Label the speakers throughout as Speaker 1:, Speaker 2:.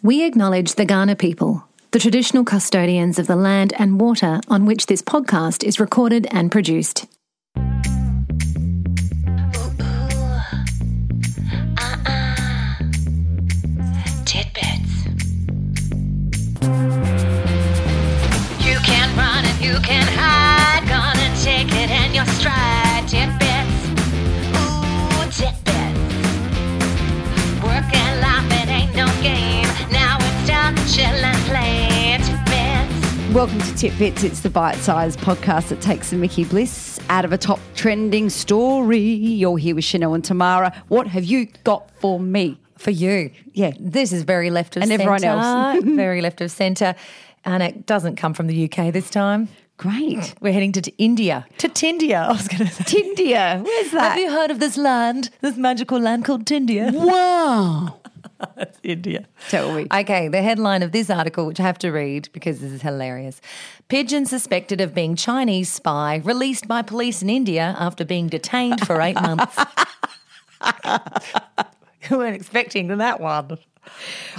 Speaker 1: We acknowledge the Ghana people, the traditional custodians of the land and water on which this podcast is recorded and produced.
Speaker 2: Uh-uh. Tidbits. You can run and you can hide. Gonna take it in your stride. Tidbits. Ooh, tidbits. Work and life, it ain't no game. Now it's time to chill and play. Tidbits.
Speaker 3: Welcome to Titbits. It's the bite-sized podcast that takes the Mickey Bliss out of a top trending story. You're here with Chanel and Tamara. What have you got for me?
Speaker 4: for you.
Speaker 3: Yeah.
Speaker 4: This is very left of
Speaker 3: And
Speaker 4: centre.
Speaker 3: everyone else.
Speaker 4: very left of centre. And it doesn't come from the UK this time.
Speaker 3: Great.
Speaker 4: We're heading to t- India. To Tindia, I was going to say.
Speaker 3: Tindia. Where's
Speaker 4: Have
Speaker 3: that?
Speaker 4: you heard of this land, this magical land called Tindia?
Speaker 3: Wow.
Speaker 4: India.
Speaker 3: Tell me.
Speaker 4: Okay, the headline of this article, which I have to read because this is hilarious. Pigeon suspected of being Chinese spy released by police in India after being detained for eight months. You weren't expecting that one.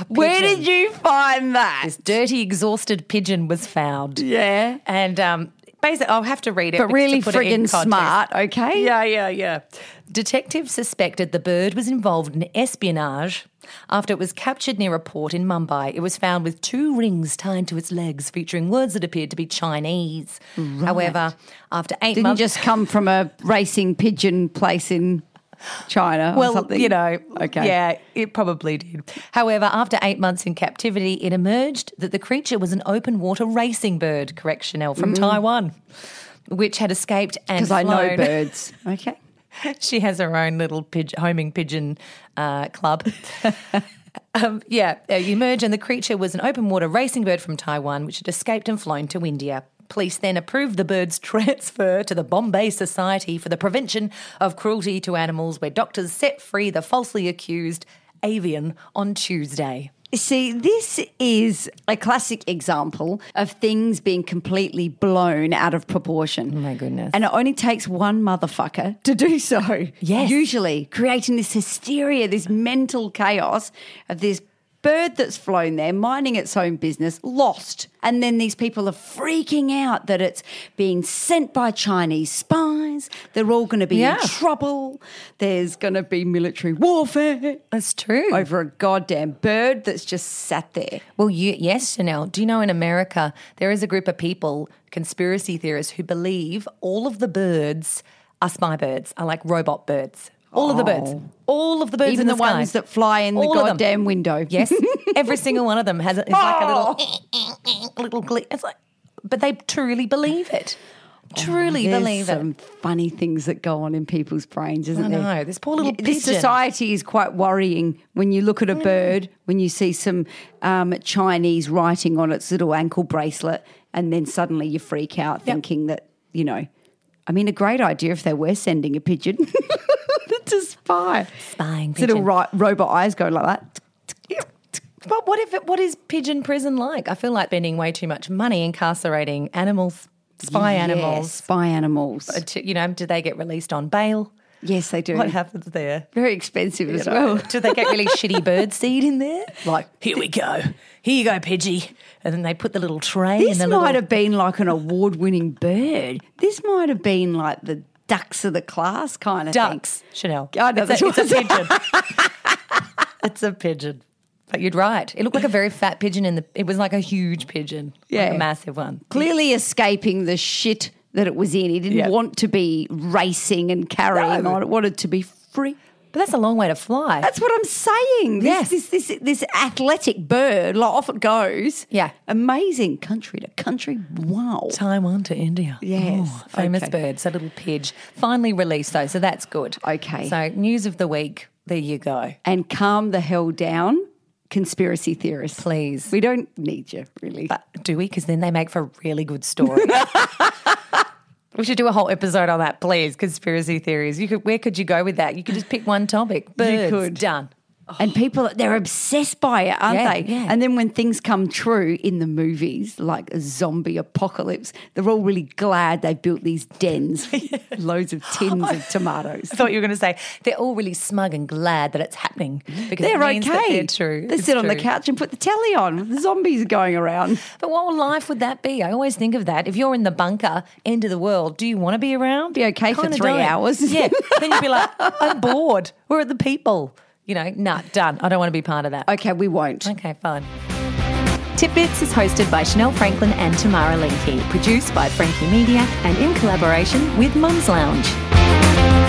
Speaker 3: Where did you find that?
Speaker 4: This dirty, exhausted pigeon was found.
Speaker 3: Yeah.
Speaker 4: And um, basically, I'll have to read it.
Speaker 3: But
Speaker 4: because
Speaker 3: really
Speaker 4: to put it in
Speaker 3: friggin'
Speaker 4: context.
Speaker 3: smart, okay?
Speaker 4: Yeah, yeah, yeah. Detectives suspected the bird was involved in espionage after it was captured near a port in Mumbai. It was found with two rings tied to its legs featuring words that appeared to be Chinese. However, after 8
Speaker 3: Didn't
Speaker 4: months.
Speaker 3: just come from a racing pigeon place in China
Speaker 4: well,
Speaker 3: or something.
Speaker 4: you know,
Speaker 3: Okay.
Speaker 4: yeah, it probably did. However, after eight months in captivity, it emerged that the creature was an open water racing bird, correct Chanel, from Taiwan, which had escaped and
Speaker 3: Mm. Because I know
Speaker 4: flown.
Speaker 3: birds. Okay.
Speaker 4: she has her own little pigeon, homing pigeon uh, club. um, yeah, uh, you emerge, and the creature was an open water racing bird from Taiwan, which had escaped and flown to India. Police then approved the bird's transfer to the Bombay Society for the Prevention of Cruelty to Animals, where doctors set free the falsely accused avian on Tuesday.
Speaker 3: See, this is a classic example of things being completely blown out of proportion.
Speaker 4: Oh my goodness.
Speaker 3: And it only takes one motherfucker to do so.
Speaker 4: Yes.
Speaker 3: Usually, creating this hysteria, this mental chaos of this bird that's flown there, minding its own business, lost. And then these people are freaking out that it's being sent by Chinese spies. They're all going to be
Speaker 4: Yeah.
Speaker 3: in trouble. There's going to be military warfare
Speaker 4: That's true.
Speaker 3: over a goddamn bird that's just sat there.
Speaker 4: Well, you, yes, Chanel. Do you know in America there is a group of people, conspiracy theorists, who believe all of the birds are spy birds, are like robot birds. All of the birds, all of the birds in
Speaker 3: Oh. Even
Speaker 4: the,
Speaker 3: the, ones
Speaker 4: sky.
Speaker 3: that fly in
Speaker 4: All
Speaker 3: the
Speaker 4: of them.
Speaker 3: goddamn window.
Speaker 4: Yes, every single one of them has a, is like a little
Speaker 3: Oh.
Speaker 4: little glee. It's like, but they truly believe it. Truly
Speaker 3: Oh, There's
Speaker 4: believe it.
Speaker 3: some funny things that go on in people's brains, isn't
Speaker 4: I
Speaker 3: there?
Speaker 4: know, this poor little
Speaker 3: Y- This
Speaker 4: pigeon.
Speaker 3: society is quite worrying when you look at a bird, when you see some um, Chinese writing on its little ankle bracelet, and then suddenly you freak out thinking that, you know, I mean, a great idea if they were sending a pigeon to spy.
Speaker 4: Spying
Speaker 3: Its little
Speaker 4: pigeon.
Speaker 3: ri- robot eyes go like that.
Speaker 4: But what if it, what is pigeon prison like? I feel like spending way too much money incarcerating animals, spy
Speaker 3: Yes,
Speaker 4: animals.
Speaker 3: spy animals.
Speaker 4: To, you know, do they get released on bail?
Speaker 3: Yes, they do.
Speaker 4: What happens there?
Speaker 3: Very expensive as
Speaker 4: know,
Speaker 3: well.
Speaker 4: do they get really shitty bird seed in there? Like, here we go. Here you go, Pidgey. And then they put the little tray
Speaker 3: This
Speaker 4: in
Speaker 3: might
Speaker 4: the little...
Speaker 3: have been like an award-winning bird. This might have been like the ducks of the class kind of
Speaker 4: ducks. Chanel.
Speaker 3: I know,
Speaker 4: it's, a,
Speaker 3: that's
Speaker 4: it's a pigeon. it's a pigeon. But you'd right. It looked like a very fat pigeon in the it was like a huge pigeon. Like
Speaker 3: Yeah.
Speaker 4: a massive one.
Speaker 3: thing. Clearly escaping the shit that it was in. He didn't
Speaker 4: Yeah.
Speaker 3: want to be racing and carrying
Speaker 4: No.
Speaker 3: on. It wanted to be free.
Speaker 4: But that's a long way to fly.
Speaker 3: That's what I'm saying. This,
Speaker 4: Yes.
Speaker 3: this this this athletic bird, like off it goes.
Speaker 4: Yeah.
Speaker 3: Amazing country to country. Wow.
Speaker 4: Taiwan to India.
Speaker 3: Yes.
Speaker 4: famous
Speaker 3: Okay.
Speaker 4: birds, a little pidge. Finally released though, so that's good.
Speaker 3: Okay.
Speaker 4: So news of the week. There you go.
Speaker 3: And calm the hell down, conspiracy theorists.
Speaker 4: Please.
Speaker 3: We don't need you, really.
Speaker 4: But do we? Because then they make for really good stories. we should do a whole episode on that, please. Conspiracy theories. You could, where could you go with that? You could just pick one topic. Birds.
Speaker 3: could.
Speaker 4: Done.
Speaker 3: And people, they're obsessed by it, aren't
Speaker 4: oh. Yeah,
Speaker 3: they?
Speaker 4: yeah.
Speaker 3: And then when things come true in the movies, like a zombie apocalypse, they're all really glad they built these dens, with loads of tins of tomatoes.
Speaker 4: I thought you were going to say they're all really smug and glad that it's happening because
Speaker 3: They're
Speaker 4: it means that
Speaker 3: okay.
Speaker 4: they're true.
Speaker 3: They
Speaker 4: It's
Speaker 3: sit on the
Speaker 4: true.
Speaker 3: couch and put the telly on. The zombies are going around.
Speaker 4: But what life would that be? I always think of that. If you're in the bunker, end of the world, do you want to be around?
Speaker 3: Be okay for
Speaker 4: Kinda
Speaker 3: three hours.
Speaker 4: Yeah. then you'd be like, I'm bored. Where are the people? You know, nah, done. I don't want to be part of that.
Speaker 3: Okay, we won't.
Speaker 4: Okay, fine.
Speaker 2: Tidbits is hosted by Chanel Franklin and Tamara Leahy, produced by Frankie Media and in collaboration with Mums Lounge.